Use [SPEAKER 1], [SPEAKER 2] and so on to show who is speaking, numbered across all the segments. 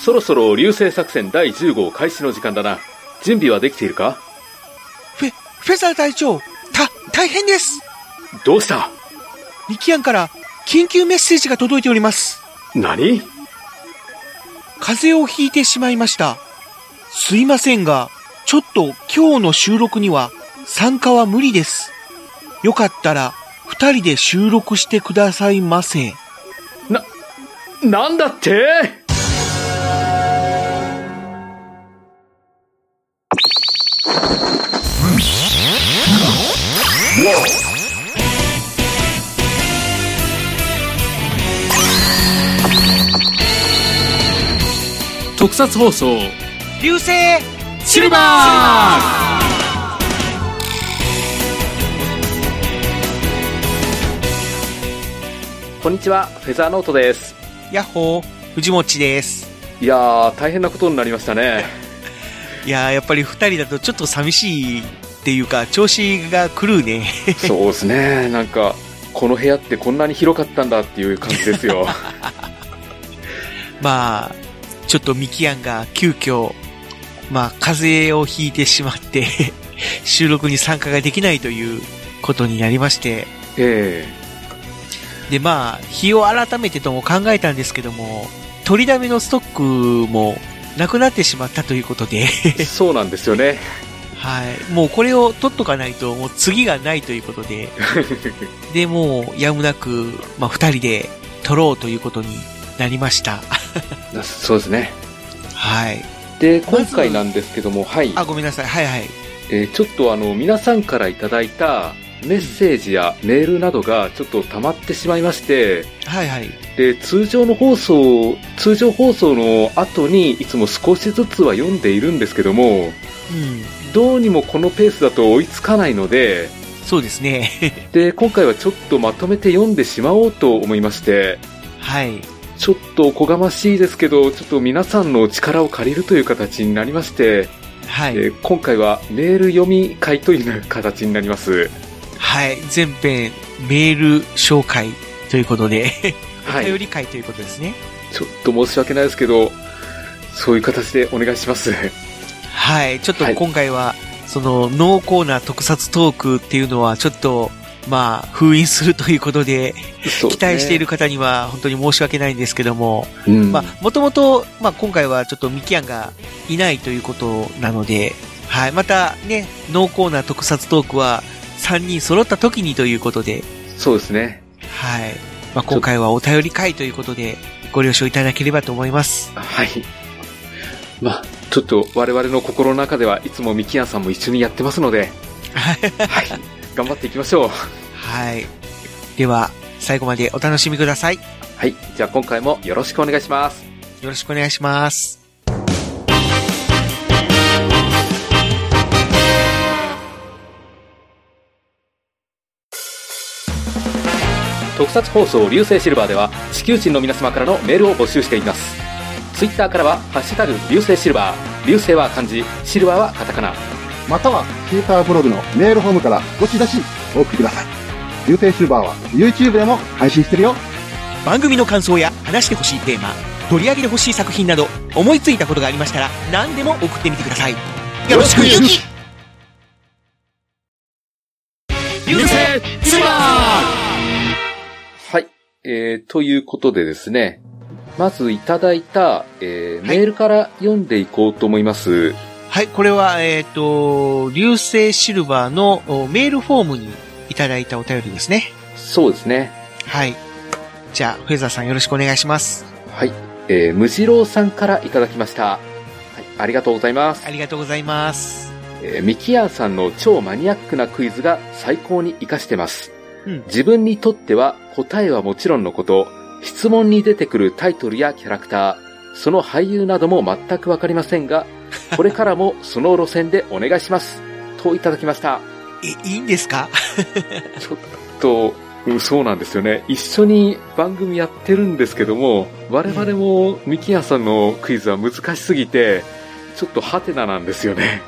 [SPEAKER 1] そろそろ流星作戦第10号開始の時間だな準備はできているか
[SPEAKER 2] フェ、フェザー隊長、た、大変です
[SPEAKER 1] どうした
[SPEAKER 2] リキアンから緊急メッセージが届いております。
[SPEAKER 1] 何
[SPEAKER 2] 風邪をひいてしまいました。すいませんが、ちょっと今日の収録には参加は無理です。よかったら、二人で収録してくださいませ。
[SPEAKER 1] ななんだって特撮放送
[SPEAKER 2] 流星
[SPEAKER 1] シルバーこんにちはフェザーノートです
[SPEAKER 2] ヤッホー、藤持です。
[SPEAKER 1] いやー大変なことになりましたね
[SPEAKER 2] いやー、やっぱり二人だとちょっと寂しいっていうか、調子が狂うね。
[SPEAKER 1] そうですね、なんか、この部屋ってこんなに広かったんだっていう感じですよ。
[SPEAKER 2] まあ、ちょっとミキアンが急遽、まあ、風邪をひいてしまって、 収録に参加ができないということになりまして、
[SPEAKER 1] え
[SPEAKER 2] で、まあ、日を改めてとも考えたんですけども、取りだめのストックもなくなってしまったということで、
[SPEAKER 1] えそうなんですよね。
[SPEAKER 2] はい。もうこれを取っとかないと、もう次がないということで、で、もうやむなく、まあ、二人で取ろうということになりました。
[SPEAKER 1] そうですね。
[SPEAKER 2] はい。
[SPEAKER 1] で、
[SPEAKER 2] まず
[SPEAKER 1] 今回なんですけども、はい、
[SPEAKER 2] あ、ごめんなさい。はいはい。
[SPEAKER 1] えーちょっとあの、皆さんからいただいたメッセージやメールなどがちょっと溜まってしまいまして、
[SPEAKER 2] はいはい。
[SPEAKER 1] で、通常の放送、通常放送の後にいつも少しずつは読んでいるんですけども、
[SPEAKER 2] うん。
[SPEAKER 1] どうにもこのペースだと追いつかないので、
[SPEAKER 2] そうですね。
[SPEAKER 1] で、今回はちょっとまとめて読んでしまおうと思いまして、
[SPEAKER 2] はい。
[SPEAKER 1] ちょっとおこがましいですけど、ちょっと皆さんのお力を借りるという形になりまして、
[SPEAKER 2] はい。
[SPEAKER 1] えー今回はメール読み会という形になります。
[SPEAKER 2] はい。全編メール紹介ということで、
[SPEAKER 1] は
[SPEAKER 2] お便
[SPEAKER 1] い。
[SPEAKER 2] り会ということですね。
[SPEAKER 1] ちょっと申し訳ないですけど、そういう形でお願いします。
[SPEAKER 2] はい。ちょっと
[SPEAKER 1] はい
[SPEAKER 2] 今回は、その濃厚な特撮トークっていうのはちょっと、まあ、封印するということで、
[SPEAKER 1] そうですね
[SPEAKER 2] 期待している。方には本当に申し訳ないんですけども、
[SPEAKER 1] うん。
[SPEAKER 2] まあ、もともと、まあ、今回はちょっとミキアンがいないということなので、はい、またね、濃厚な特撮トークは3人揃った時にということで、
[SPEAKER 1] そうですね。
[SPEAKER 2] はい、まあ、今回はお便り会ということで、ご了承いただければと思います。
[SPEAKER 1] はい。まあ、ちょっと我々の心の中ではいつもミキヤンさんも一緒にやってますの で、はい。頑張っていきましょう。
[SPEAKER 2] はい。では、最後までお楽しみください。よ
[SPEAKER 1] はい。じゃあ今回もよろしくお願いします。
[SPEAKER 2] ろしくお願いします。
[SPEAKER 1] 特撮放送流星シルバーでは地球人の皆様からのメールを募集していますツイッターからは「ハッシュタグ流星シルバー」流星は漢字シルバーはカタカナ
[SPEAKER 3] またはシーターブログのメールフォームからどしどしお送りください。流星シルバーは YouTube でも配信してるよ。
[SPEAKER 2] 番組の感想や話してほしいテーマ、取り上げてほしい作品など、思いついたことがありましたら、何でも送ってみてください。よろしくゆき
[SPEAKER 1] 流星シルバーはい、えー、ということでですねまずいただいた、えー
[SPEAKER 2] はい
[SPEAKER 1] メールから読んでいこうと思います
[SPEAKER 2] はい、これは、えっ、と、流星シルバーのおメールフォームにいただいたお便りですね。
[SPEAKER 1] そうですね
[SPEAKER 2] はい。じゃあ、フェザーさんよろしくお願いします。
[SPEAKER 1] はい、えー、無次郎さんからいただきました、はい、ありがとうございます
[SPEAKER 2] ありがとうございます。
[SPEAKER 1] えーミキアンさんの超マニアックなクイズが最高に活かしてます。
[SPEAKER 2] うん
[SPEAKER 1] 自分にとっては答えはもちろんのこと、質問に出てくるタイトルやキャラクター、その俳優なども全くわかりません が、これからもその路線でお願いします。といただきました。
[SPEAKER 2] え、いいんですか
[SPEAKER 1] ちょっと、うんそうなんですよね。一緒に番組やってるんですけども、我々もミキアンさんのクイズは難しすぎて、ちょっとハテナなんですよね。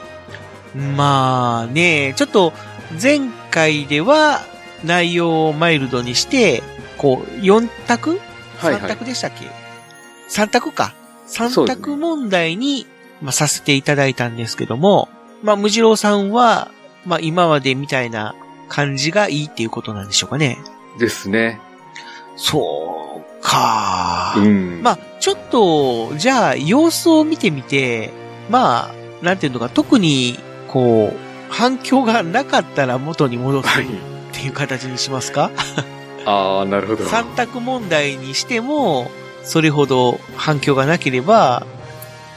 [SPEAKER 2] まあね、ちょっと、前回では、内容をマイルドにして、こう、4択 ?3 択でしたっけ、?3 択か。三
[SPEAKER 1] そうですね
[SPEAKER 2] 択問題に、まあ、させていただいたんですけども、まあ、無次郎さんは、まあ、今までみたいな感じがいいっていうことなんでしょうかね。
[SPEAKER 1] ですね。
[SPEAKER 2] そうか
[SPEAKER 1] う。ん。
[SPEAKER 2] まあ、ちょっと、じゃあ、様子を見てみて、まあ、なんていうのか、特に、こう、反響がなかったら元に戻って
[SPEAKER 1] はい
[SPEAKER 2] っていう形にしますか
[SPEAKER 1] ああ、なるほど。
[SPEAKER 2] 三択問題にしても、それほど反響がなければ、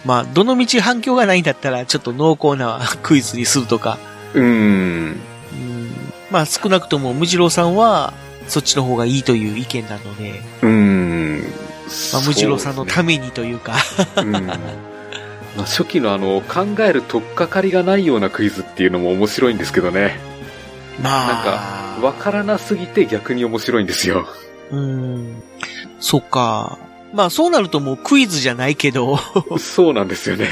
[SPEAKER 2] まあ、どの道反響がないんだったら、ちょっと濃厚なクイズにするとか、
[SPEAKER 1] うん。
[SPEAKER 2] うんまあ、少なくとも、無次郎さんは、そっちの方がいいという意見なので、
[SPEAKER 1] うん。
[SPEAKER 2] まあ、無次郎さんの
[SPEAKER 1] た
[SPEAKER 2] ためにというか、
[SPEAKER 1] め。うんまあ、初期のあの、考える取っかかりがないようなクイズっていうのも面白いんですけどね。
[SPEAKER 2] まあ、
[SPEAKER 1] わからなすぎて逆に面白いんです よ。
[SPEAKER 2] うーん。そっか。まあそうなるともうクイズじゃないけど、う
[SPEAKER 1] そうなんですよね。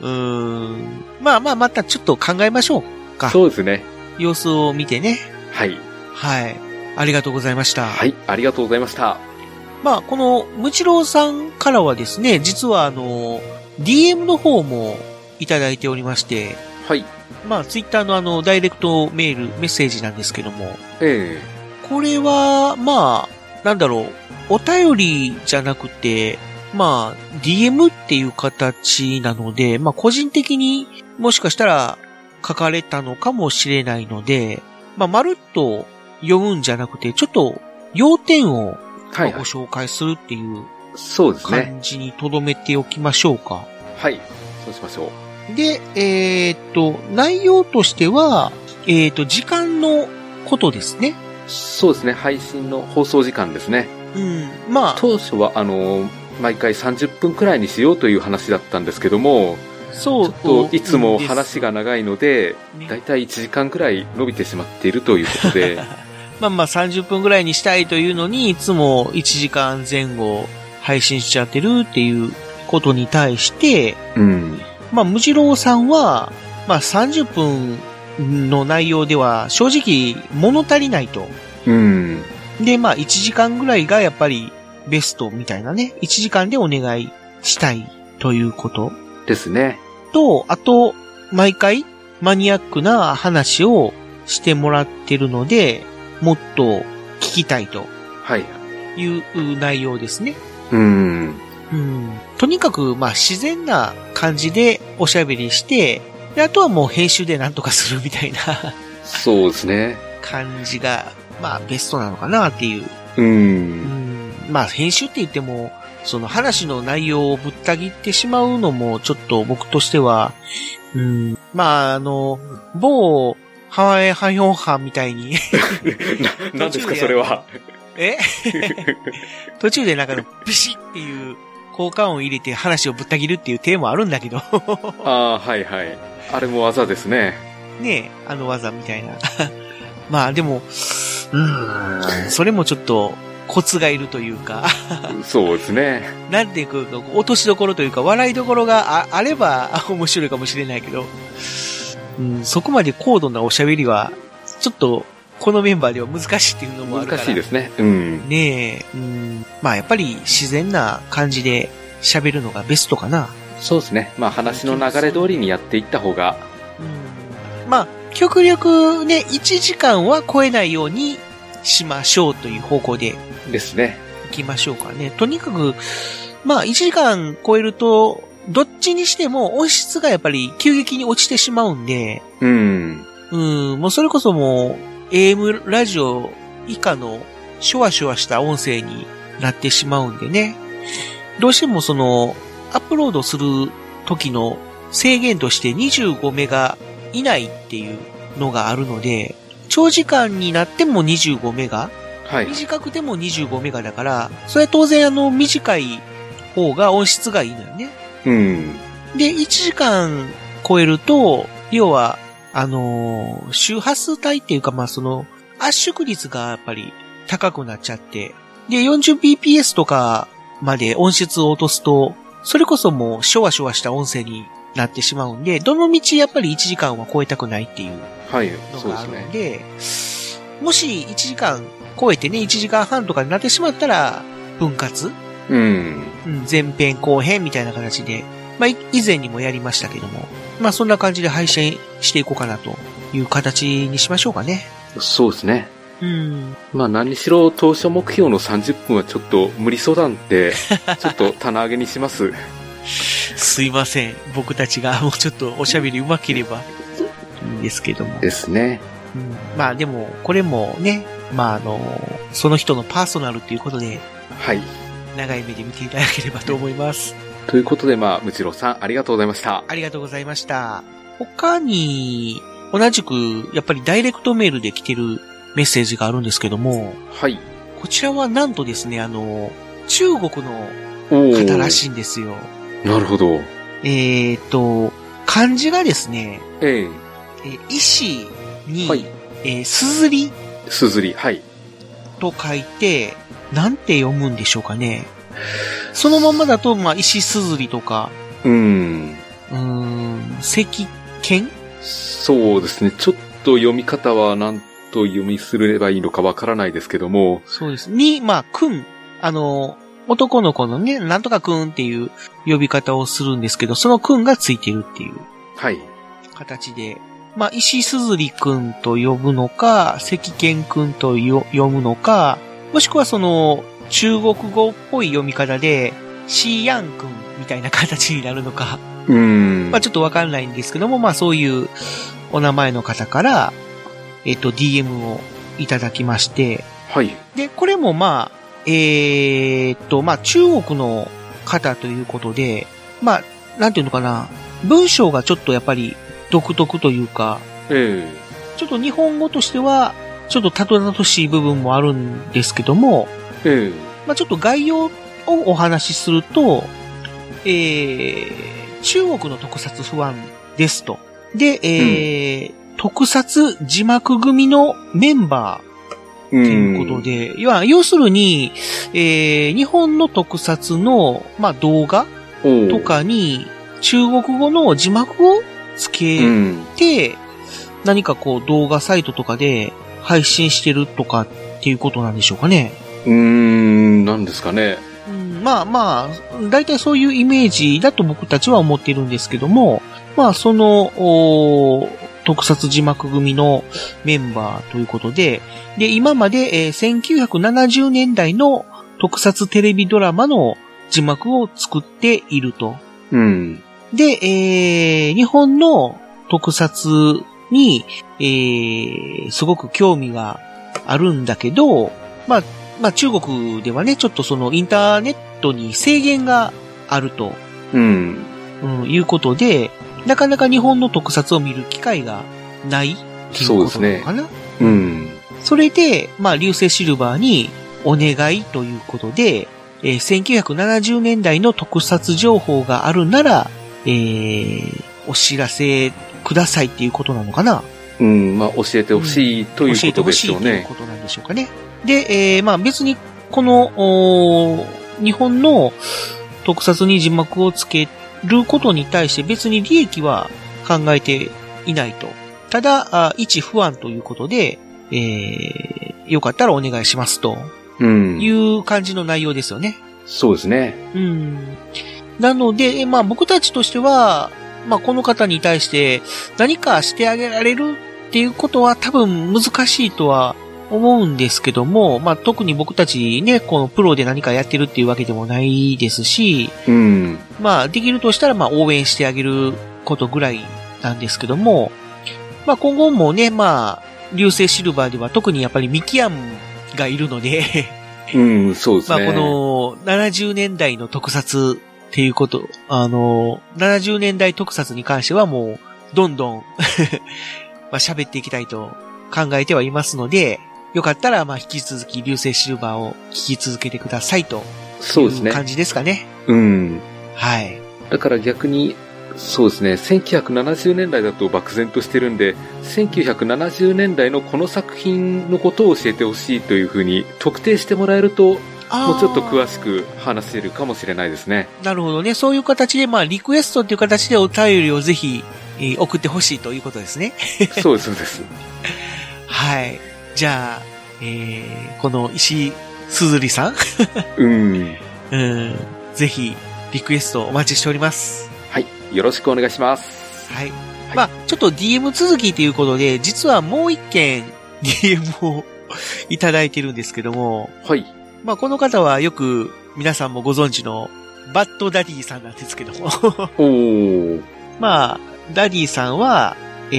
[SPEAKER 2] ーん。まあまあまたちょっと考えましょう。か
[SPEAKER 1] そうですね。
[SPEAKER 2] 様子を見てね。
[SPEAKER 1] はい。
[SPEAKER 2] はい。ありがとうございました。
[SPEAKER 1] はい、ありがとうございました。
[SPEAKER 2] まあこの、ムチローさんからはですね、実はあの、DM の方もいただいておりまして、
[SPEAKER 1] はい。
[SPEAKER 2] まあツイッターのあの、ダイレクトメール、メッセージなんですけども、
[SPEAKER 1] え
[SPEAKER 2] これは、まあ、なんだろう、お便りじゃなくて、まあ、DM っていう形なので、まあ、個人的にもしかしたら書かれたのかもしれないので、まあ、まるっと読むんじゃなくて、ちょっと要点を
[SPEAKER 1] え
[SPEAKER 2] ま
[SPEAKER 1] は
[SPEAKER 2] あ
[SPEAKER 1] い、はい。
[SPEAKER 2] ご紹介するっていう
[SPEAKER 1] そうですね。
[SPEAKER 2] 感じに留めておきましょうか。
[SPEAKER 1] はい。そうしましょう。
[SPEAKER 2] で、えーっと、内容としては、えーっと、時間のことですね。
[SPEAKER 1] そうですね。配信の放送時間ですね。
[SPEAKER 2] うん。まあ、
[SPEAKER 1] 当初は、あの、毎回30分くらいにしようという話だったんですけども、
[SPEAKER 2] そ
[SPEAKER 1] ちょっといつも話が長いので、
[SPEAKER 2] ね
[SPEAKER 1] だいたい1時間くらい伸びてしまっているということで、
[SPEAKER 2] まあまあ30分ぐらいにしたいというのに、いつも1時間前後配信しちゃってるっていうことに対して、
[SPEAKER 1] うん。
[SPEAKER 2] まあ、無次郎さんは、まあ30分の内容では正直物足りないと。
[SPEAKER 1] うん。
[SPEAKER 2] で、まあ1時間ぐらいがやっぱりベストみたいなね、1時間でお願いしたいということ
[SPEAKER 1] ですね。
[SPEAKER 2] と、あと、毎回マニアックな話をしてもらってるので、もっと聞きたいと。
[SPEAKER 1] はい。
[SPEAKER 2] いう内容ですね。
[SPEAKER 1] うん。
[SPEAKER 2] うん。とにかく、まあ、自然な感じでおしゃべりして、で、あとはもう編集でなんとかするみたいな
[SPEAKER 1] そうですね。
[SPEAKER 2] 感じが、まあ、ベストなのかなっていう。
[SPEAKER 1] う。
[SPEAKER 2] うんん。まあ、編集って言っても、その話の内容をぶった切ってしまうのも、ちょっと僕としては、うん。まあ、あの、某、ハワイハヨンハみたいに、
[SPEAKER 1] な、なんですか、それは。
[SPEAKER 2] え 途中でなんかの、ビシッっていう、効果音を入れて話をぶった切るっていうテーマあるんだけど。
[SPEAKER 1] ああ、はいはい。あれも技ですね。
[SPEAKER 2] ねえ、あの技みたいな。 まあでも、うーん、それもちょっとコツがいるというか、
[SPEAKER 1] そうですね。
[SPEAKER 2] なんていうか、落としどころというか、笑いどころがああれば あ面白いかもしれないけど、うん、そこまで高度なおしゃべりは、ちょっと、このメンバーでは難しいっていうのもあるから。
[SPEAKER 1] 難しいですね。うん。
[SPEAKER 2] ねえ、うん、まあやっぱり自然な感じで喋るのがベストかな。
[SPEAKER 1] そうですね。まあ話の流れ通りにやっていった方が、
[SPEAKER 2] うんまあ、極力ね、1時間は超えないようにしましょうという方向でい
[SPEAKER 1] ですね。
[SPEAKER 2] きましょうかね。とにかく、まあ、1時間超えると、どっちにしても音質がやっぱり急激に落ちてしまうんで、
[SPEAKER 1] うん。
[SPEAKER 2] うん、もうそれこそもう、AM ラジオ以下のシュワシュワした音声になってしまうんでね。どうしてもその、アップロードする時の制限として25メガ以内っていうのがあるので、長時間になっても25メガ
[SPEAKER 1] はい。
[SPEAKER 2] 短くても25メガだから、それは当然あの短い方が音質がいいのよね。
[SPEAKER 1] うん。
[SPEAKER 2] で、1時間超えると、要は、あのー周波数帯っていうか、まあ、その、圧縮率がやっぱり高くなっちゃって、で、40bps とかまで音質を落とすと、それこそもう、シュワシュワした音声になってしまうんで、どの道やっぱり1時間は超えたくないっていう
[SPEAKER 1] はい。
[SPEAKER 2] の
[SPEAKER 1] そうで
[SPEAKER 2] があ
[SPEAKER 1] す
[SPEAKER 2] るん
[SPEAKER 1] ね。
[SPEAKER 2] で、もし1時間超えてね、1時間半とかになってしまったら、分割
[SPEAKER 1] うん。
[SPEAKER 2] うん前編後編みたいな形で、まあ、い以前にもやりましたけども、まあ、そんな感じで配信していこうかなという形にしましょうかね。
[SPEAKER 1] そうですね。
[SPEAKER 2] うん。
[SPEAKER 1] まあ何にしろ当初目標の30分はちょっと無理そうなん で、ちょっと棚上げにします。
[SPEAKER 2] すいません。僕たちが もうちょっとおしゃべり上手ければいいんですけども。
[SPEAKER 1] ですね。
[SPEAKER 2] うんまあでも、これもね、まああの、その人のパーソナルということで、
[SPEAKER 1] はい。
[SPEAKER 2] 長い目で見ていただければと思います。
[SPEAKER 1] ということで、まあ、むちろさん、ありがとうございました。
[SPEAKER 2] ありがとうございました。他に、同じく、やっぱりダイレクトメールで来てるメッセージがあるんですけども、
[SPEAKER 1] はい。
[SPEAKER 2] こちらはなんとですね、あの、中国の
[SPEAKER 1] おー
[SPEAKER 2] 方らしいんですよ。
[SPEAKER 1] なるほど。
[SPEAKER 2] えーっと、漢字がですね、
[SPEAKER 1] ええ
[SPEAKER 2] えー石に、
[SPEAKER 1] はい。
[SPEAKER 2] えー、すずり
[SPEAKER 1] すずり。はい。
[SPEAKER 2] と書いて、なんて読むんでしょうかね。そのまんまだと、まあ、石すずりとか、
[SPEAKER 1] うーん。
[SPEAKER 2] うーん、石剣
[SPEAKER 1] そうですね。ちょっと読み方は何と読みすればいいのかわからないですけども、
[SPEAKER 2] そうです。に、まあ、くん。あの、男の子のね、なんとかくんっていう呼び方をするんですけど、そのくんがついてるっていう
[SPEAKER 1] はい。
[SPEAKER 2] 形で、まあ、石すずりくんと呼ぶのか、石剣くんとよ読むのか、もしくはその、中国語っぽい読み方で、シーヤンくんみたいな形になるのか、
[SPEAKER 1] うーん。
[SPEAKER 2] まあ、ちょっとわかんないんですけども、まあ、そういうお名前の方から、えっと、DM をいただきまして、
[SPEAKER 1] はい。
[SPEAKER 2] で、これもまあ、えーっと、まあ中国の方ということで、まあ、なんていうのかな、文章がちょっとやっぱり独特というか、
[SPEAKER 1] え
[SPEAKER 2] ちょっと日本語としては、ちょっとたどたどしい部分もあるんですけども、
[SPEAKER 1] えええ
[SPEAKER 2] まあちょっと概要をお話しすると、えー、中国の特撮不安ですと。で、えー特撮字幕組のメンバー、
[SPEAKER 1] うーん。
[SPEAKER 2] ということで、要は、要するに、えー日本の特撮の、まあ、動画
[SPEAKER 1] おー
[SPEAKER 2] と、かに、中国語の字幕をつ
[SPEAKER 1] う
[SPEAKER 2] け
[SPEAKER 1] ん。
[SPEAKER 2] て、何かこう動画サイトとかで配信してるとかっていうことなんでしょうかね。
[SPEAKER 1] うーん、なんですかね。
[SPEAKER 2] うんまあまあ、大体そういうイメージだと僕たちは思ってるんですけども、まあその、おー特撮字幕組のメンバーということで、で、今まで、えー1970年代の特撮テレビドラマの字幕を作っていると。
[SPEAKER 1] うん。
[SPEAKER 2] で、えー日本の特撮に、えーすごく興味があるんだけど、まあ、まあ中国ではね、ちょっとそのインターネットに制限があると、
[SPEAKER 1] うん。
[SPEAKER 2] うん、いうことで、なかなか日本の特撮を見る機会がないっていう
[SPEAKER 1] そう
[SPEAKER 2] こ
[SPEAKER 1] で
[SPEAKER 2] と
[SPEAKER 1] す
[SPEAKER 2] なの
[SPEAKER 1] ね
[SPEAKER 2] かな。
[SPEAKER 1] うん。
[SPEAKER 2] それで、まあ、流星シルバーにお願いということで、えー1970年代の特撮情報があるなら、えーお知らせくださいっていうことなのかな
[SPEAKER 1] うん、まあ、教えてほしいという
[SPEAKER 2] 教えて
[SPEAKER 1] こと
[SPEAKER 2] ほ
[SPEAKER 1] で
[SPEAKER 2] し
[SPEAKER 1] し
[SPEAKER 2] い
[SPEAKER 1] ょう
[SPEAKER 2] という
[SPEAKER 1] ね。
[SPEAKER 2] ことなんでしょうかね。で、えーまあ別に、この、おー日本の特撮に字幕をつけることに対して別に利益は考えていないと。ただ、あ一不安ということで、えーよかったらお願いしますと
[SPEAKER 1] うん
[SPEAKER 2] い。う感じの内容ですよね。
[SPEAKER 1] そうですね。
[SPEAKER 2] うん。なので、えまあ僕たちとしては、まあこの方に対して何かしてあげられるっていうことは多分難しいとは思うんですけども、まあ特に僕たちね、このプロで何かやってるっていうわけでもないですし、
[SPEAKER 1] うん。
[SPEAKER 2] まあできるとしたらまあ応援してあげることぐらいなんですけども、まあ今後もね、まあ流星シルバーでは特にやっぱりミキアンがいるので、
[SPEAKER 1] うん、そうです
[SPEAKER 2] まあ、
[SPEAKER 1] ね。
[SPEAKER 2] この、70年代の特撮っていうこと、あの、70年代特撮に関してはもう、どんどん、 まあ、喋っていきたいと考えてはいますので、よかったら、まあ、引き続き、流星シルバーを聞き続けてくださいと
[SPEAKER 1] そうです
[SPEAKER 2] い
[SPEAKER 1] ね
[SPEAKER 2] う。感じですかね。
[SPEAKER 1] うん。
[SPEAKER 2] はい。
[SPEAKER 1] だから逆に、そうですね、1970年代だと漠然としてるんで、1970年代のこの作品のことを教えてほしいというふうに特定してもらえると、もうちょっと詳しく話せるかもしれないです ね。
[SPEAKER 2] なるほどね。そういう形で、まあ、リクエストっていう形でお便りをぜひ、えー送ってほしいということですね。
[SPEAKER 1] そうです、そうです。
[SPEAKER 2] はい。じゃあ、えー、この石すずりさん
[SPEAKER 1] うん。
[SPEAKER 2] うん。ぜひ、リクエストお待ちしております。
[SPEAKER 1] はい。よろしくお願いします。
[SPEAKER 2] はい。まあ、ちょっと DM 続きということで、実はもう一件 DM をいただいてるんですけども、
[SPEAKER 1] はい。
[SPEAKER 2] まあ、この方はよく皆さんもご存知のバッドダディさんなんですけども、
[SPEAKER 1] おー。
[SPEAKER 2] まあ、ダディさんは、え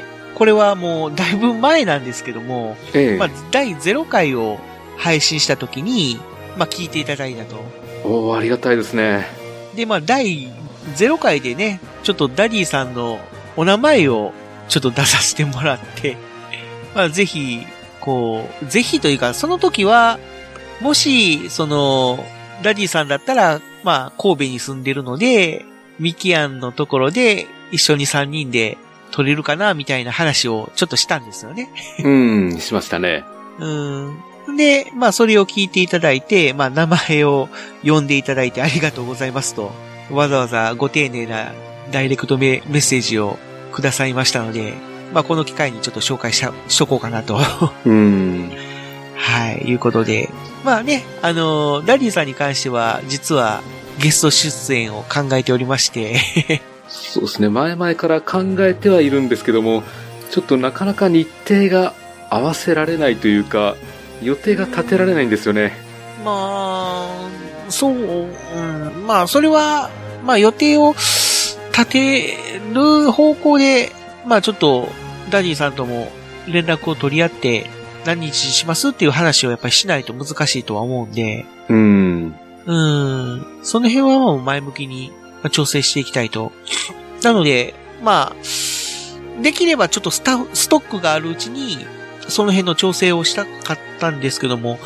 [SPEAKER 2] ー、これはもうだいぶ前なんですけども、
[SPEAKER 1] ええ
[SPEAKER 2] まあ、第0回を配信した時に、まあ、聞いていただいたと。
[SPEAKER 1] おー、ありがたいですね。
[SPEAKER 2] で、まあ、第0回でね、ちょっとダディさんのお名前をちょっと出させてもらって、 まあ、ぜひ、こう、ぜひというか、その時は、もし、その、ダディさんだったら、まあ、神戸に住んでるので、ミキアンのところで一緒に3人で撮れるかな、みたいな話をちょっとしたんですよね。
[SPEAKER 1] うん、しましたね。
[SPEAKER 2] うん。で、まあ、それを聞いていただいて、まあ、名前を呼んでいただいてありがとうございますと、わざわざご丁寧なダイレクトメメッセージをくださいましたので、まあ、この機会にちょっと紹介した、しとこうかなと。
[SPEAKER 1] うん。
[SPEAKER 2] はい、いうことで。まあね、あのー、ダディさんに関しては、実はゲスト出演を考えておりまして、
[SPEAKER 1] そうですね。前々から考えてはいるんですけども、ちょっとなかなか日程が合わせられないというか、予定が立てられないんですよね。
[SPEAKER 2] まあ、そう、うん、まあ、それは、まあ、予定を立てる方向で、まあ、ちょっと、ダディさんとも連絡を取り合って、何日にしますっていう話をやっぱりしないと難しいとは思うんで、
[SPEAKER 1] うん。
[SPEAKER 2] うん、その辺はもう前向きにまあ調整していきたいと。なので、まあ、できればちょっとスタッフストックがあるうちに、その辺の調整をしたかったんですけども、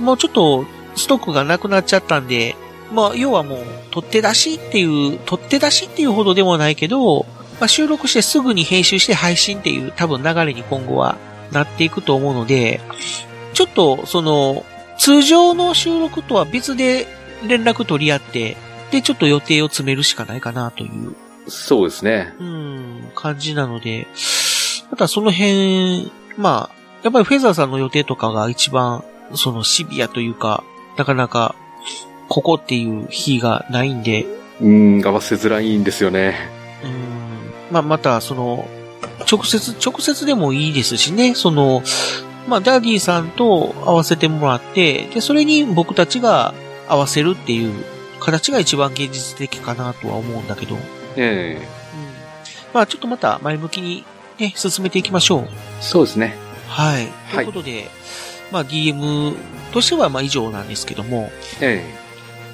[SPEAKER 2] もうちょっとストックがなくなっちゃったんで、まあ、要はもう、取って出しっていう、取って出しっていうほどでもないけど、まあ、収録してすぐに編集して配信っていう多分流れに今後はなっていくと思うので、ちょっと、その、通常の収録とは別で連絡取り合って、で、ちょっと予定を詰めるしかないかなという、
[SPEAKER 1] そうですね。
[SPEAKER 2] うん、感じなので、またその辺、まあ、やっぱりフェザーさんの予定とかが一番、そのシビアというか、なかなか、ここっていう日がないんで、
[SPEAKER 1] うん、合わせづらいんですよね。
[SPEAKER 2] うん、まあ、また、その、直接、直接でもいいですしね、その、まあ、ダディさんと合わせてもらって、で、それに僕たちが合わせるっていう形が一番現実的かなとは思うんだけど、
[SPEAKER 1] ええ
[SPEAKER 2] まあ、ちょっとまた前向きにね、進めていきましょう。
[SPEAKER 1] そうですね。
[SPEAKER 2] はい。と
[SPEAKER 1] はい
[SPEAKER 2] いうことで、まあ、DM としてはまあ以上なんですけども、
[SPEAKER 1] え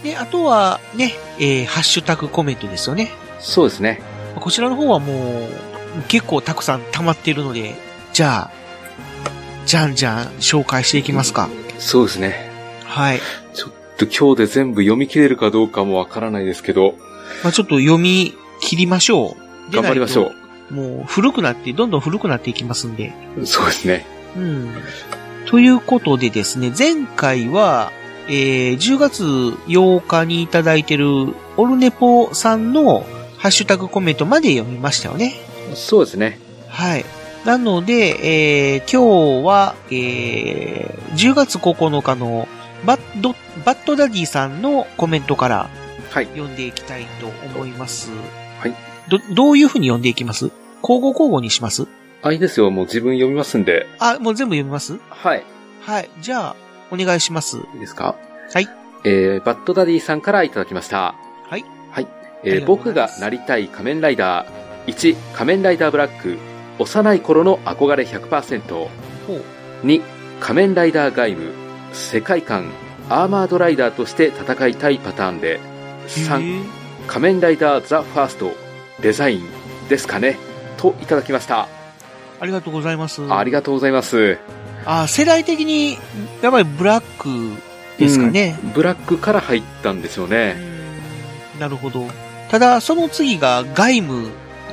[SPEAKER 2] で、あとはね、えー、ハッシュタグコメントですよね。
[SPEAKER 1] えそうですね。
[SPEAKER 2] こちらの方はもう、結構たくさん溜まっているので、じゃあ、じゃんじゃん紹介していきますか。
[SPEAKER 1] そうですね。
[SPEAKER 2] はい。
[SPEAKER 1] ちょっと今日で全部読み切れるかどうかもわからないですけど、
[SPEAKER 2] まあ、ちょっと読み切りましょう。
[SPEAKER 1] 頑張りましょ
[SPEAKER 2] う。もう古くなって、どんどん古くなっていきますんで。
[SPEAKER 1] う。そうですね。
[SPEAKER 2] うん。ということでですね、前回は、えー10月8日にいただいてるオルネポさんのハッシュタグコメントまで読みましたよね。
[SPEAKER 1] そうですね。
[SPEAKER 2] はい。なので、えー今日は、えー10月9日のバッド、バッドダディさんのコメントから
[SPEAKER 1] はい。
[SPEAKER 2] 読んでいきたいと思います。
[SPEAKER 1] はい。
[SPEAKER 2] ど、どういうふうに読んでいきます交互交互にします
[SPEAKER 1] あ、いいですよ。もう自分読みますんで。
[SPEAKER 2] あ、もう全部読みます
[SPEAKER 1] はい。
[SPEAKER 2] はい。じゃあ、お願いします。
[SPEAKER 1] いいですか
[SPEAKER 2] はい。
[SPEAKER 1] えー、バッドダディさんからいただきました。
[SPEAKER 2] はい。
[SPEAKER 1] はい。
[SPEAKER 2] あ
[SPEAKER 1] え
[SPEAKER 2] り
[SPEAKER 1] ー
[SPEAKER 2] がとうご
[SPEAKER 1] 僕
[SPEAKER 2] ざいま
[SPEAKER 1] が
[SPEAKER 2] す
[SPEAKER 1] なりたい仮面ライダー。1、仮面ライダーブラック。幼い頃の憧れ100%。
[SPEAKER 2] ほう。
[SPEAKER 1] 2、仮面ライダーガイム。世界観、アーマードライダーとして戦いたいパターンで。3、
[SPEAKER 2] へー
[SPEAKER 1] 仮面ライダーザ・ファースト。デザインですかね。といただきました。
[SPEAKER 2] ありがとうございます。
[SPEAKER 1] ありがとうございます。
[SPEAKER 2] あ世代的に、やっぱりブラックですかね。
[SPEAKER 1] ブラックから入ったんですよね。
[SPEAKER 2] なるほど。ただ、その次がガイム、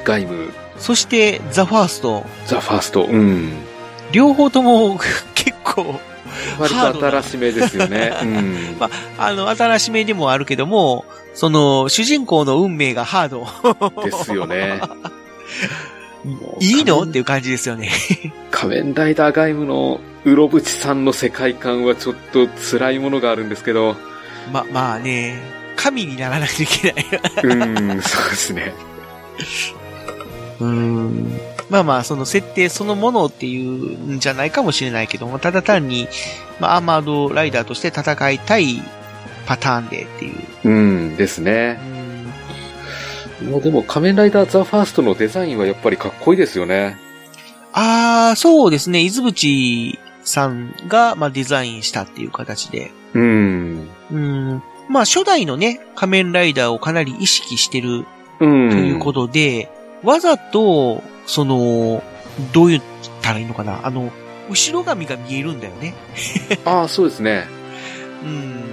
[SPEAKER 1] ガイム、
[SPEAKER 2] そしてザ・ファースト。
[SPEAKER 1] ザ・ファースト。うん。
[SPEAKER 2] 両方とも結構、
[SPEAKER 1] 割
[SPEAKER 2] ハード
[SPEAKER 1] と
[SPEAKER 2] な
[SPEAKER 1] 新しめですよ ね。うん。
[SPEAKER 2] まあの、新しめでもあるけども、その、主人公の運命がハード。
[SPEAKER 1] ですよね。
[SPEAKER 2] いいの
[SPEAKER 1] も
[SPEAKER 2] っ
[SPEAKER 1] う
[SPEAKER 2] ていう感じですよね。
[SPEAKER 1] 仮面ライダーガイムのうろぶちさんの世界観はちょっと辛いものがあるんですけど、
[SPEAKER 2] ま、まあね、神にならないといけない。
[SPEAKER 1] う ーん、そうですね。
[SPEAKER 2] うん。まあまあ、その設定そのものっていうんじゃないかもしれないけども、ただ単に、まあ、アーマードライダーとして戦いたいパターンでっていう。
[SPEAKER 1] うん、ですね。
[SPEAKER 2] うん
[SPEAKER 1] もうでも、仮面ライダーザ・ファーストのデザインはやっぱりかっこいいですよね。
[SPEAKER 2] ああ、そうですね。伊豆淵さんが、まあ、デザインしたっていう形で。
[SPEAKER 1] うん。
[SPEAKER 2] うん。まあ、初代のね、仮面ライダーをかなり意識してる
[SPEAKER 1] うん。
[SPEAKER 2] ということで、わざと、その、どう言ったらいいのかな。あの、後ろ髪が見えるんだよね。
[SPEAKER 1] ああ、そうですね。
[SPEAKER 2] うん。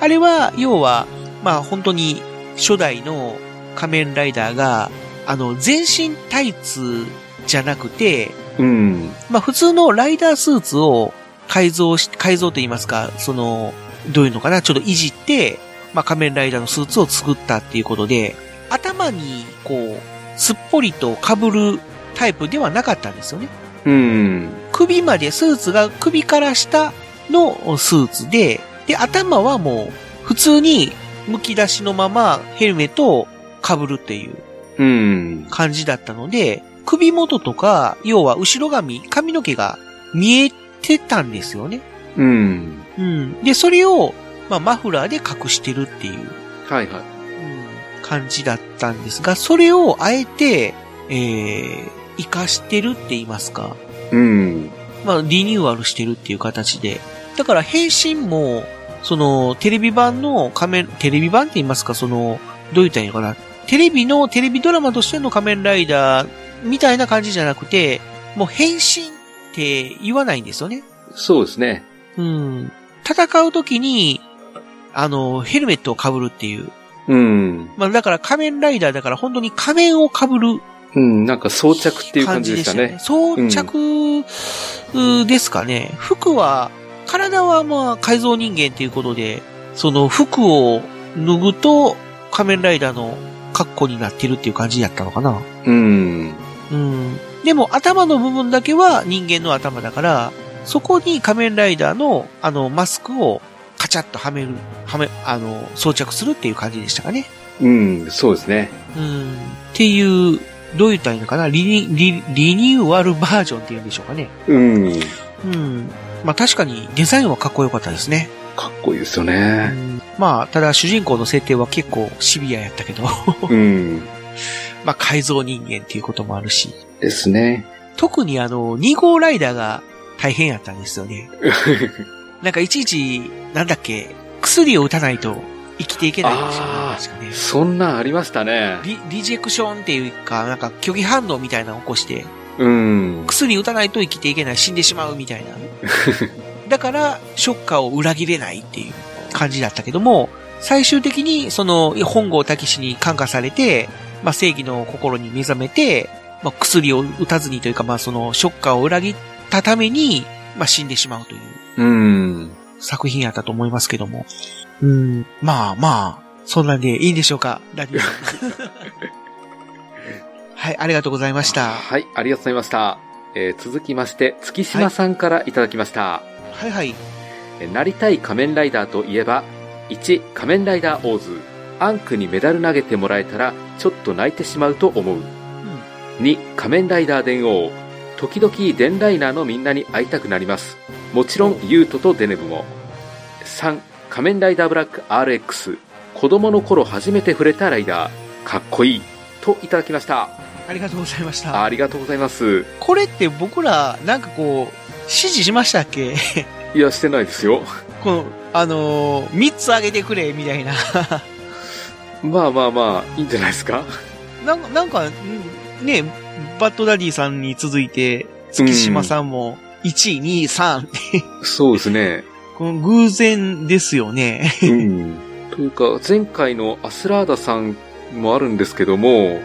[SPEAKER 2] あれは、要は、まあ、本当に、初代の仮面ライダーが、あの、全身タイツじゃなくて、
[SPEAKER 1] うん。
[SPEAKER 2] まあ普通のライダースーツを改造し、改造と言いますか、その、どういうのかな、ちょっといじって、まあ仮面ライダーのスーツを作ったっていうことで、頭に、こう、すっぽりと被るタイプではなかったんですよね。
[SPEAKER 1] うん。
[SPEAKER 2] 首まで、スーツが首から下のスーツで、で、頭はもう、普通に、剥き出しのままヘルメットを被るっていう。
[SPEAKER 1] うん。
[SPEAKER 2] 感じだったので、首元とか、要は後ろ髪、髪の毛が見えてたんですよね。
[SPEAKER 1] うん。
[SPEAKER 2] うん。で、それを、まあ、マフラーで隠してるっていう、
[SPEAKER 1] はいはい。
[SPEAKER 2] うん感じだったんですが、それをあえて、えー、活かしてるって言いますか、
[SPEAKER 1] うん。
[SPEAKER 2] まあ、リニューアルしてるっていう形で。だから、変身も、その、テレビ版の仮面、テレビ版って言いますか、その、どう言ったらいいのかな。テレビの、テレビドラマとしての仮面ライダーみたいな感じじゃなくて、もう変身って言わないんですよね。
[SPEAKER 1] そうですね。
[SPEAKER 2] うん。戦う時に、あの、ヘルメットを被るっていう。
[SPEAKER 1] うん。
[SPEAKER 2] まあ、だから仮面ライダーだから本当に仮面を被る
[SPEAKER 1] うん、なんか装着っていう感じでしたね。
[SPEAKER 2] 感じでしたね装着ですかね。服は、体はまあ改造人間ということで、その服を脱ぐと仮面ライダーの格好になってるっていう感じだったのかな。
[SPEAKER 1] うん。
[SPEAKER 2] うん。でも頭の部分だけは人間の頭だから、そこに仮面ライダーのあのマスクをカチャッとはめる、はめ、あの、装着するっていう感じでしたかね。
[SPEAKER 1] うん、そうですね。
[SPEAKER 2] うん。っていう、どう言ったらいいのかなリニ、リ、リニューアルバージョンっていうんでしょうかね。
[SPEAKER 1] うん。
[SPEAKER 2] うん。まあ確かにデザインはかっこよかったですね。
[SPEAKER 1] かっこいいですよ
[SPEAKER 2] う
[SPEAKER 1] ね。
[SPEAKER 2] ん、まあただ主人公の設定は結構シビアやったけど、
[SPEAKER 1] うん。
[SPEAKER 2] まあ改造人間っていうこともあるし、
[SPEAKER 1] ですね。
[SPEAKER 2] 特にあの2号ライダーが大変やったんです よね。なんかいちいち、なんだっけ、薬を打たないと生きていけないんですよね。
[SPEAKER 1] あー
[SPEAKER 2] 確かね
[SPEAKER 1] そんなんありましたね。
[SPEAKER 2] リリジェクションっていうか、なんか虚偽反応みたいなのを起こして、
[SPEAKER 1] うん。
[SPEAKER 2] 薬打たないと生きていけない、死んでしまうみたいな。 だから、ショッカーを裏切れないっていう感じだったけども、最終的に、その、本郷武史に感化されて、まあ、正義の心に目覚めて、まあ、薬を打たずにというか、まあ、その、ショッカーを裏切ったために、まあ、死んでしまうという
[SPEAKER 1] うん。
[SPEAKER 2] 作品やったと思いますけども。うん。まあまあ、そんなんでいいんでしょうか、ラディオさん はい、ありがとうございました。
[SPEAKER 1] はい、ありがとうございました。えー続きまして、月島さんからいただきました。
[SPEAKER 2] はいはい。
[SPEAKER 1] えーなりたい仮面ライダーといえば、1、仮面ライダーオーズ。アンクにメダル投げてもらえたら、ちょっと泣いてしまうと思う。
[SPEAKER 2] うん。
[SPEAKER 1] 2、仮面ライダー伝王。時々デンライナーのみんなに会いたくなります。もちろん、ユートとデネブも。3、仮面ライダーブラック RX。子供の頃初めて触れたライダー。かっこいい。といただきました。
[SPEAKER 2] ありがとうございました。
[SPEAKER 1] ありがとうございます。
[SPEAKER 2] これって僕ら、なんかこう、指示しましたっけ
[SPEAKER 1] いや、してないですよ。
[SPEAKER 2] この、あのー、3つあげてくれ、みたいな。
[SPEAKER 1] まあまあまあ、いいんじゃないですか。
[SPEAKER 2] なんか、なんか、んね、バッドダディさんに続いて、月島さんも、1位、2位、3位。
[SPEAKER 1] そうですね。
[SPEAKER 2] この偶然ですよね。
[SPEAKER 1] うん。というか、前回のアスラーダさんもあるんですけども、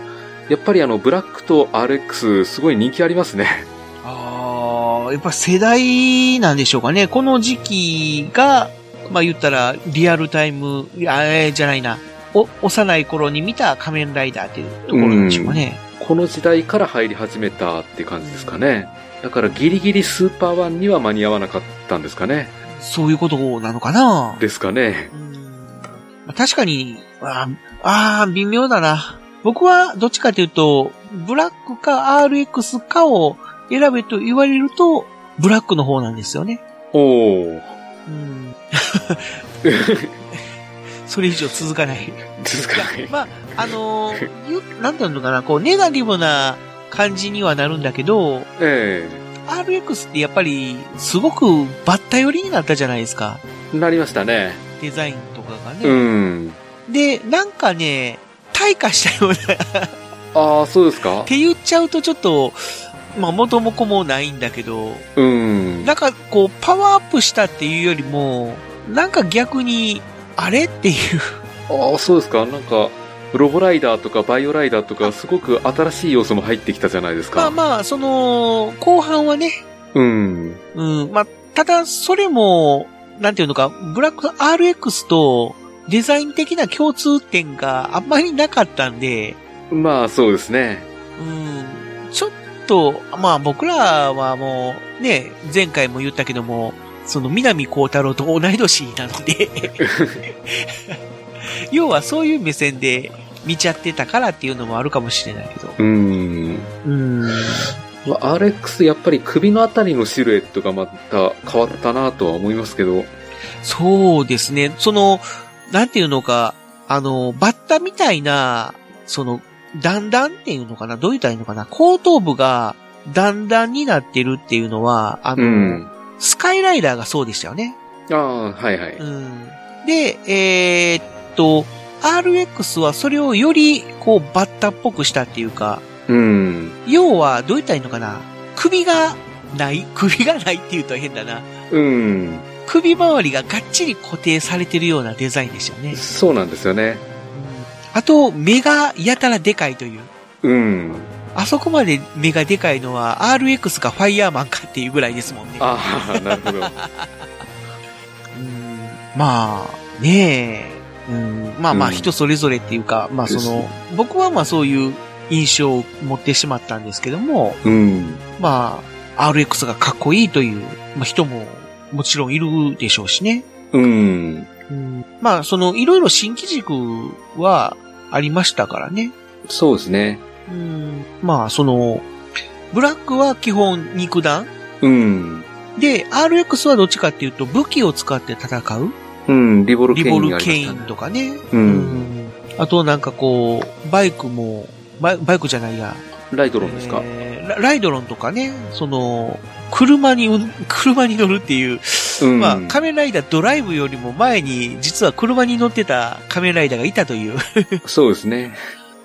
[SPEAKER 1] やっぱりあの、ブラックと RX、すごい人気ありますね。
[SPEAKER 2] あー、やっぱ世代なんでしょうかね。この時期が、まあ言ったら、リアルタイム、いやえーじゃないな。お、幼い頃に見た仮面ライダーっていうところなんでしょうかね。
[SPEAKER 1] この時代から入り始めたって感じですかね。だからギリギリスーパーワンには間に合わなかったんですかね。
[SPEAKER 2] そういうことなのかな
[SPEAKER 1] ですかね。
[SPEAKER 2] うんまあ確かに、あーあー、微妙だな。僕はどっちかというと、ブラックか RX かを選べと言われると、ブラックの方なんですよね。
[SPEAKER 1] おー。
[SPEAKER 2] うん。それ以上続かない。
[SPEAKER 1] 続かない。
[SPEAKER 2] まあ、あのー、ゆなんていうのかな、こう、ネガティブな感じにはなるんだけど、
[SPEAKER 1] え
[SPEAKER 2] RX ってやっぱり、すごくバッタ寄りになったじゃないですか。
[SPEAKER 1] えなりましたね。
[SPEAKER 2] デザインとかが
[SPEAKER 1] う
[SPEAKER 2] ね。
[SPEAKER 1] ん。
[SPEAKER 2] で、なんかね、退化したような、 っ
[SPEAKER 1] ああ、そうですか
[SPEAKER 2] て言っちゃうとちょっと、まあ、元も子もないんだけど、
[SPEAKER 1] うん。
[SPEAKER 2] なんかこう、パワーアップしたっていうよりも、なんか逆に、あれっていう、
[SPEAKER 1] ああ、そうですかなんか、ロボライダーとかバイオライダーとか、すごく新しい要素も入ってきたじゃないです
[SPEAKER 2] ま
[SPEAKER 1] か。
[SPEAKER 2] あまあ、その、後半はね、
[SPEAKER 1] うん。
[SPEAKER 2] うん。まあ、ただ、それも、なんていうのか、ブラック RX とデザイン的な共通点があんまりなかったんで、
[SPEAKER 1] まあ、そうですね。
[SPEAKER 2] うん。ちょっと、まあ僕らはもう、ね、前回も言ったけども、その南光太郎と同い年なの で、要はそういう目線で見ちゃってたからっていうのもあるかもしれないけど。
[SPEAKER 1] うん。
[SPEAKER 2] うん。
[SPEAKER 1] まあ、RX、やっぱり首のあたりのシルエットがまた変わったなとは思いますけど。
[SPEAKER 2] そうですね。その、なんていうのか、あの、バッタみたいな、その、段々っていうのかなどう言ったらいいのかな後頭部が段々になってるっていうのは、あの、
[SPEAKER 1] うん。
[SPEAKER 2] スカイライダーがそうでしたよね。
[SPEAKER 1] ああ、はいはい。
[SPEAKER 2] うん。で、えーっと、RX はそれをより、こう、バッタっぽくしたっていうか、
[SPEAKER 1] うん。
[SPEAKER 2] 要は、どう言ったらいいのかな首がない 首がないって言うと変だな。
[SPEAKER 1] うん。
[SPEAKER 2] 首周りががっちり固定されてるようなデザインでしたよね。
[SPEAKER 1] そうなんですよね。
[SPEAKER 2] あと、目がやたらでかいという。
[SPEAKER 1] うん。
[SPEAKER 2] あそこまで目がでかいのは RX かファイヤーマンかっていうぐらいですもんね。
[SPEAKER 1] ああ、なるほど。
[SPEAKER 2] うんまあ、ねえ。うんまあまあ
[SPEAKER 1] うん
[SPEAKER 2] 人それぞれっていうか、まあその、僕はまあそういう印象を持ってしまったんですけども、
[SPEAKER 1] うん。
[SPEAKER 2] まあ、RX がかっこいいという、まあ、人ももちろんいるでしょうしね。
[SPEAKER 1] うん。
[SPEAKER 2] うんまあその、いろいろ新機軸はありましたからね。
[SPEAKER 1] そうですね。
[SPEAKER 2] うんまあ、その、ブラックは基本肉弾
[SPEAKER 1] うん。
[SPEAKER 2] で、RX はどっちかっていうと武器を使って戦う
[SPEAKER 1] うん、リボルケ
[SPEAKER 2] リ
[SPEAKER 1] イ
[SPEAKER 2] ボ
[SPEAKER 1] ンが
[SPEAKER 2] ル
[SPEAKER 1] ありま
[SPEAKER 2] ケ
[SPEAKER 1] し
[SPEAKER 2] イ
[SPEAKER 1] た
[SPEAKER 2] ン
[SPEAKER 1] ね。
[SPEAKER 2] とかね。
[SPEAKER 1] うん。
[SPEAKER 2] あとなんかこう、バイクも、バイバイクじゃないや。
[SPEAKER 1] ライドロンですか、
[SPEAKER 2] えーラライドロンとかね、その、車にうん、車に乗るっていう、
[SPEAKER 1] うん
[SPEAKER 2] まあ、仮面ライダードライブよりも前に、実は車に乗ってた仮面ライダーがいたという、
[SPEAKER 1] そうですね。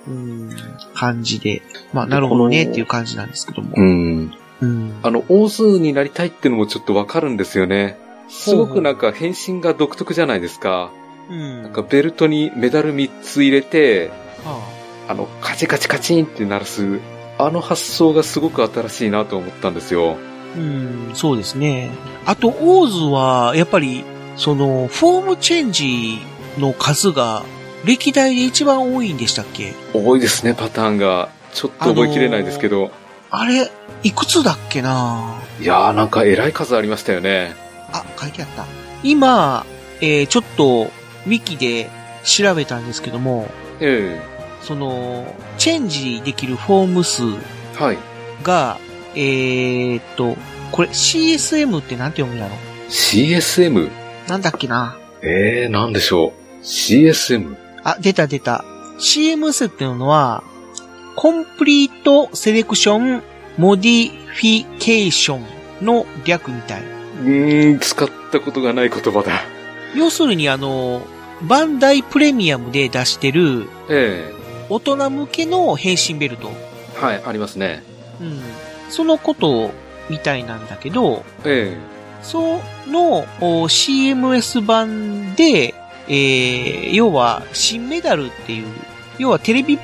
[SPEAKER 2] うん感じで、まあ、なるほどねっていう感じなんですけども。
[SPEAKER 1] うん。
[SPEAKER 2] うん
[SPEAKER 1] あの、大数になりたいってのもちょっとわかるんですよね。すごくなんか変身が独特じゃないですか。
[SPEAKER 2] うん。
[SPEAKER 1] なんかベルトにメダル3つ入れて、
[SPEAKER 2] あ
[SPEAKER 1] あの、カチカチカチンって鳴らす、あの発想がすごく新しいなと思ったんですよ。
[SPEAKER 2] あうん、そうですね。あと、オーズは、やっぱり、その、フォームチェンジの数が、歴代で一番多いんでしたっけ
[SPEAKER 1] 多いですね、パターンが。ちょっと覚えきれないですけど。
[SPEAKER 2] あれ、いくつだっけない
[SPEAKER 1] やーなんか偉い数ありましたよね。
[SPEAKER 2] あ、書いてあった。今、えーちょっと、ウィキで調べたんですけども、
[SPEAKER 1] え
[SPEAKER 2] その、チェンジできるフォーム数
[SPEAKER 1] えはい。
[SPEAKER 2] が、えーっと、これ CSM ってなんて読むんやろ
[SPEAKER 1] CSM?
[SPEAKER 2] なんだっけな
[SPEAKER 1] ええー、なんでしょう。CSM?。
[SPEAKER 2] あ、出た出た。CMS っていうのは、コンプリートセレクションモディフィケーションの略みたいう
[SPEAKER 1] ーん、使ったことがない言葉だ。
[SPEAKER 2] 要するにあの、バンダイプレミアムで出してる
[SPEAKER 1] え
[SPEAKER 2] 大人向けの変身ベルト。
[SPEAKER 1] えはい、ありますね。
[SPEAKER 2] うん。そのことみたいなんだけど、
[SPEAKER 1] え
[SPEAKER 2] そのお CMS 版で、えー、要は新メダルっていう、要はテレビ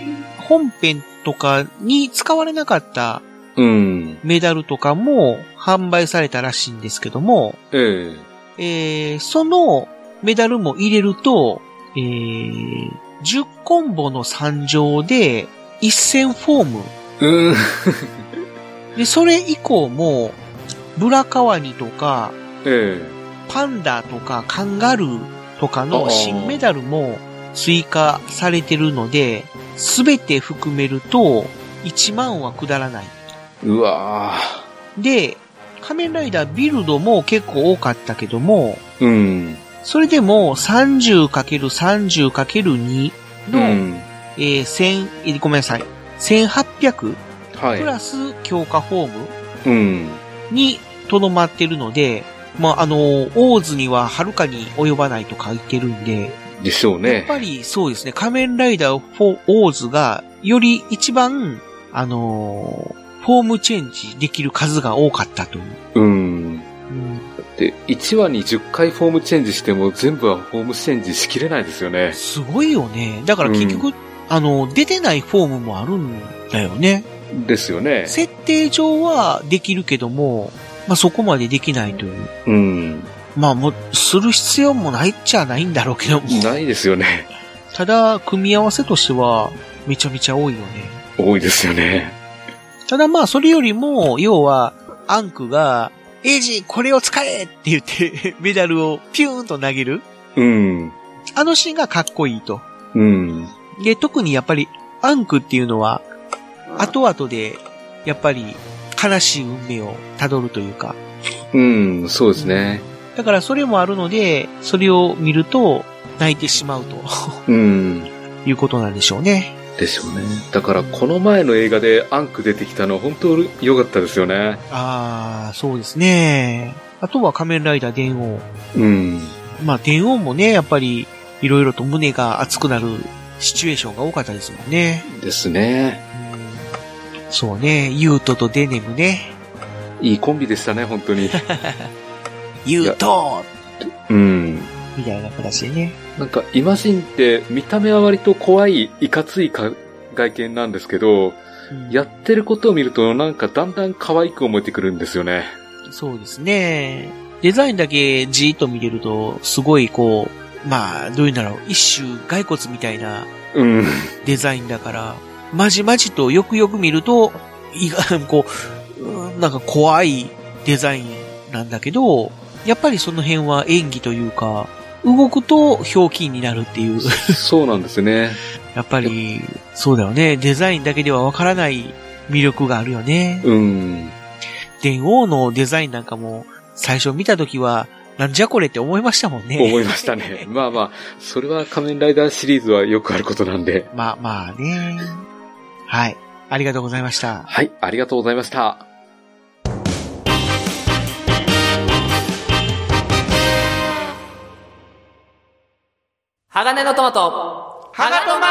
[SPEAKER 2] 本編とかに使われなかった
[SPEAKER 1] えうん。
[SPEAKER 2] メダルとかも販売されたらしいんですけども、
[SPEAKER 1] ええ
[SPEAKER 2] えーそのメダルも入れると、えー10コンボの参上で1000フォーム。
[SPEAKER 1] うーん。
[SPEAKER 2] で、それ以降も、ブラカワニとか、
[SPEAKER 1] え
[SPEAKER 2] パンダとか、カンガルー、とか
[SPEAKER 1] あ
[SPEAKER 2] の
[SPEAKER 1] ー
[SPEAKER 2] 新メダルも追加されてるので、すべて含めると1万は下らない。
[SPEAKER 1] うわ
[SPEAKER 2] で、仮面ライダービルドも結構多かったけども、
[SPEAKER 1] ぁ。うん。
[SPEAKER 2] それでも 30×30×2
[SPEAKER 1] う
[SPEAKER 2] の、
[SPEAKER 1] ん。
[SPEAKER 2] えー1000えーごめんなさい、1800
[SPEAKER 1] は
[SPEAKER 2] プ
[SPEAKER 1] い。
[SPEAKER 2] ラス強化フォーム
[SPEAKER 1] うん。
[SPEAKER 2] にとどまってるので、まあ、あの、オーズにははるかに及ばないと書いてるんで、
[SPEAKER 1] でしょう
[SPEAKER 2] やっ
[SPEAKER 1] ね。
[SPEAKER 2] ぱりそうですね、仮面ライダー4オーズが、より一番、あのーフォームチェンジできる数が多かったという。
[SPEAKER 1] うん。
[SPEAKER 2] うん
[SPEAKER 1] で、1話に10回フォームチェンジしても全部はフォームチェンジしきれないですよね。
[SPEAKER 2] すごいよね。だから結局、あの、出てないフォームもあるんだよね。
[SPEAKER 1] ですよね。
[SPEAKER 2] 設定上はできるけども、まあ、そこまでできないという。
[SPEAKER 1] うん。
[SPEAKER 2] まあ、もう、する必要もないっちゃないんだろうけども。
[SPEAKER 1] ないですよね。
[SPEAKER 2] ただ、組み合わせとしては、めちゃめちゃ多いよね。
[SPEAKER 1] 多いですよね。
[SPEAKER 2] ただまあ、それよりも、要は、アンクが、エイジ、これを使えって言って、 メダルをピューンと投げる。
[SPEAKER 1] うん。
[SPEAKER 2] あのシーンがかっこいいと。
[SPEAKER 1] うん。
[SPEAKER 2] で、特にやっぱり、アンクっていうのは、後々で、やっぱり、悲しい運命を辿るというか。
[SPEAKER 1] うん、そうですね。
[SPEAKER 2] だからそれもあるので、それを見ると、泣いてしまうと
[SPEAKER 1] うん。
[SPEAKER 2] いうことなんでしょうね。
[SPEAKER 1] でしょうね。だから、この前の映画でアンク出てきたの、本当良かったですよね。
[SPEAKER 2] ああ、そうですね。あとは仮面ライダー電王。
[SPEAKER 1] うん。
[SPEAKER 2] まあ、電王もね、やっぱり、いろいろと胸が熱くなるシチュエーションが多かったですもんね。
[SPEAKER 1] ですね。
[SPEAKER 2] うんそうね、ユートとデネムね。
[SPEAKER 1] いいコンビでしたね、本当に。
[SPEAKER 2] ユート
[SPEAKER 1] うん。
[SPEAKER 2] みたいな形でね。
[SPEAKER 1] なんか、イマジンって、見た目は割と怖い、いかついか外見なんですけど、
[SPEAKER 2] うん
[SPEAKER 1] やってることを見ると、なんかだんだん可愛く思えてくるんですよね。
[SPEAKER 2] そうですね。デザインだけじーっと見れると、すごいこう、まあ、どういうんだろう、一種骸骨みたいな
[SPEAKER 1] うん。
[SPEAKER 2] デザインだから、まじまじとよくよく見ると、意外、 こう、うんなんか怖いデザインなんだけど、やっぱりその辺は演技というか、動くとひょうきんになるっていう、
[SPEAKER 1] そうなんですね。
[SPEAKER 2] やっぱり、そうだよね。デザインだけではわからない魅力があるよね。
[SPEAKER 1] うん。
[SPEAKER 2] 電王のデザインなんかも、最初見た時は、なんじゃこれって思いましたもんね。
[SPEAKER 1] 思いましたね。まあまあ、それは仮面ライダーシリーズはよくあることなんで。
[SPEAKER 2] まあまあね。はい。ありがとうございました。
[SPEAKER 1] はい、ありがとうございました。
[SPEAKER 4] 鋼のトマト。ハガトマ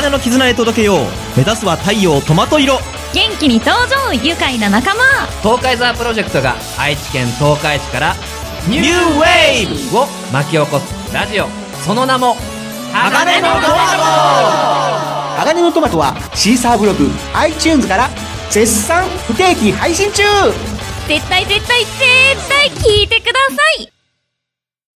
[SPEAKER 5] 鋼の絆へ届けよう目指すは太陽トマト色
[SPEAKER 6] 元気に登場愉快な仲間
[SPEAKER 4] 東海ザープロジェクトが愛知県東海市からニューウェイブを巻き起こすラジオ。その名も、鋼のトマ
[SPEAKER 7] 鋼のトマトはシーサーブログ iTunes から絶賛不定期配信中
[SPEAKER 6] 絶対絶対絶対聞いてください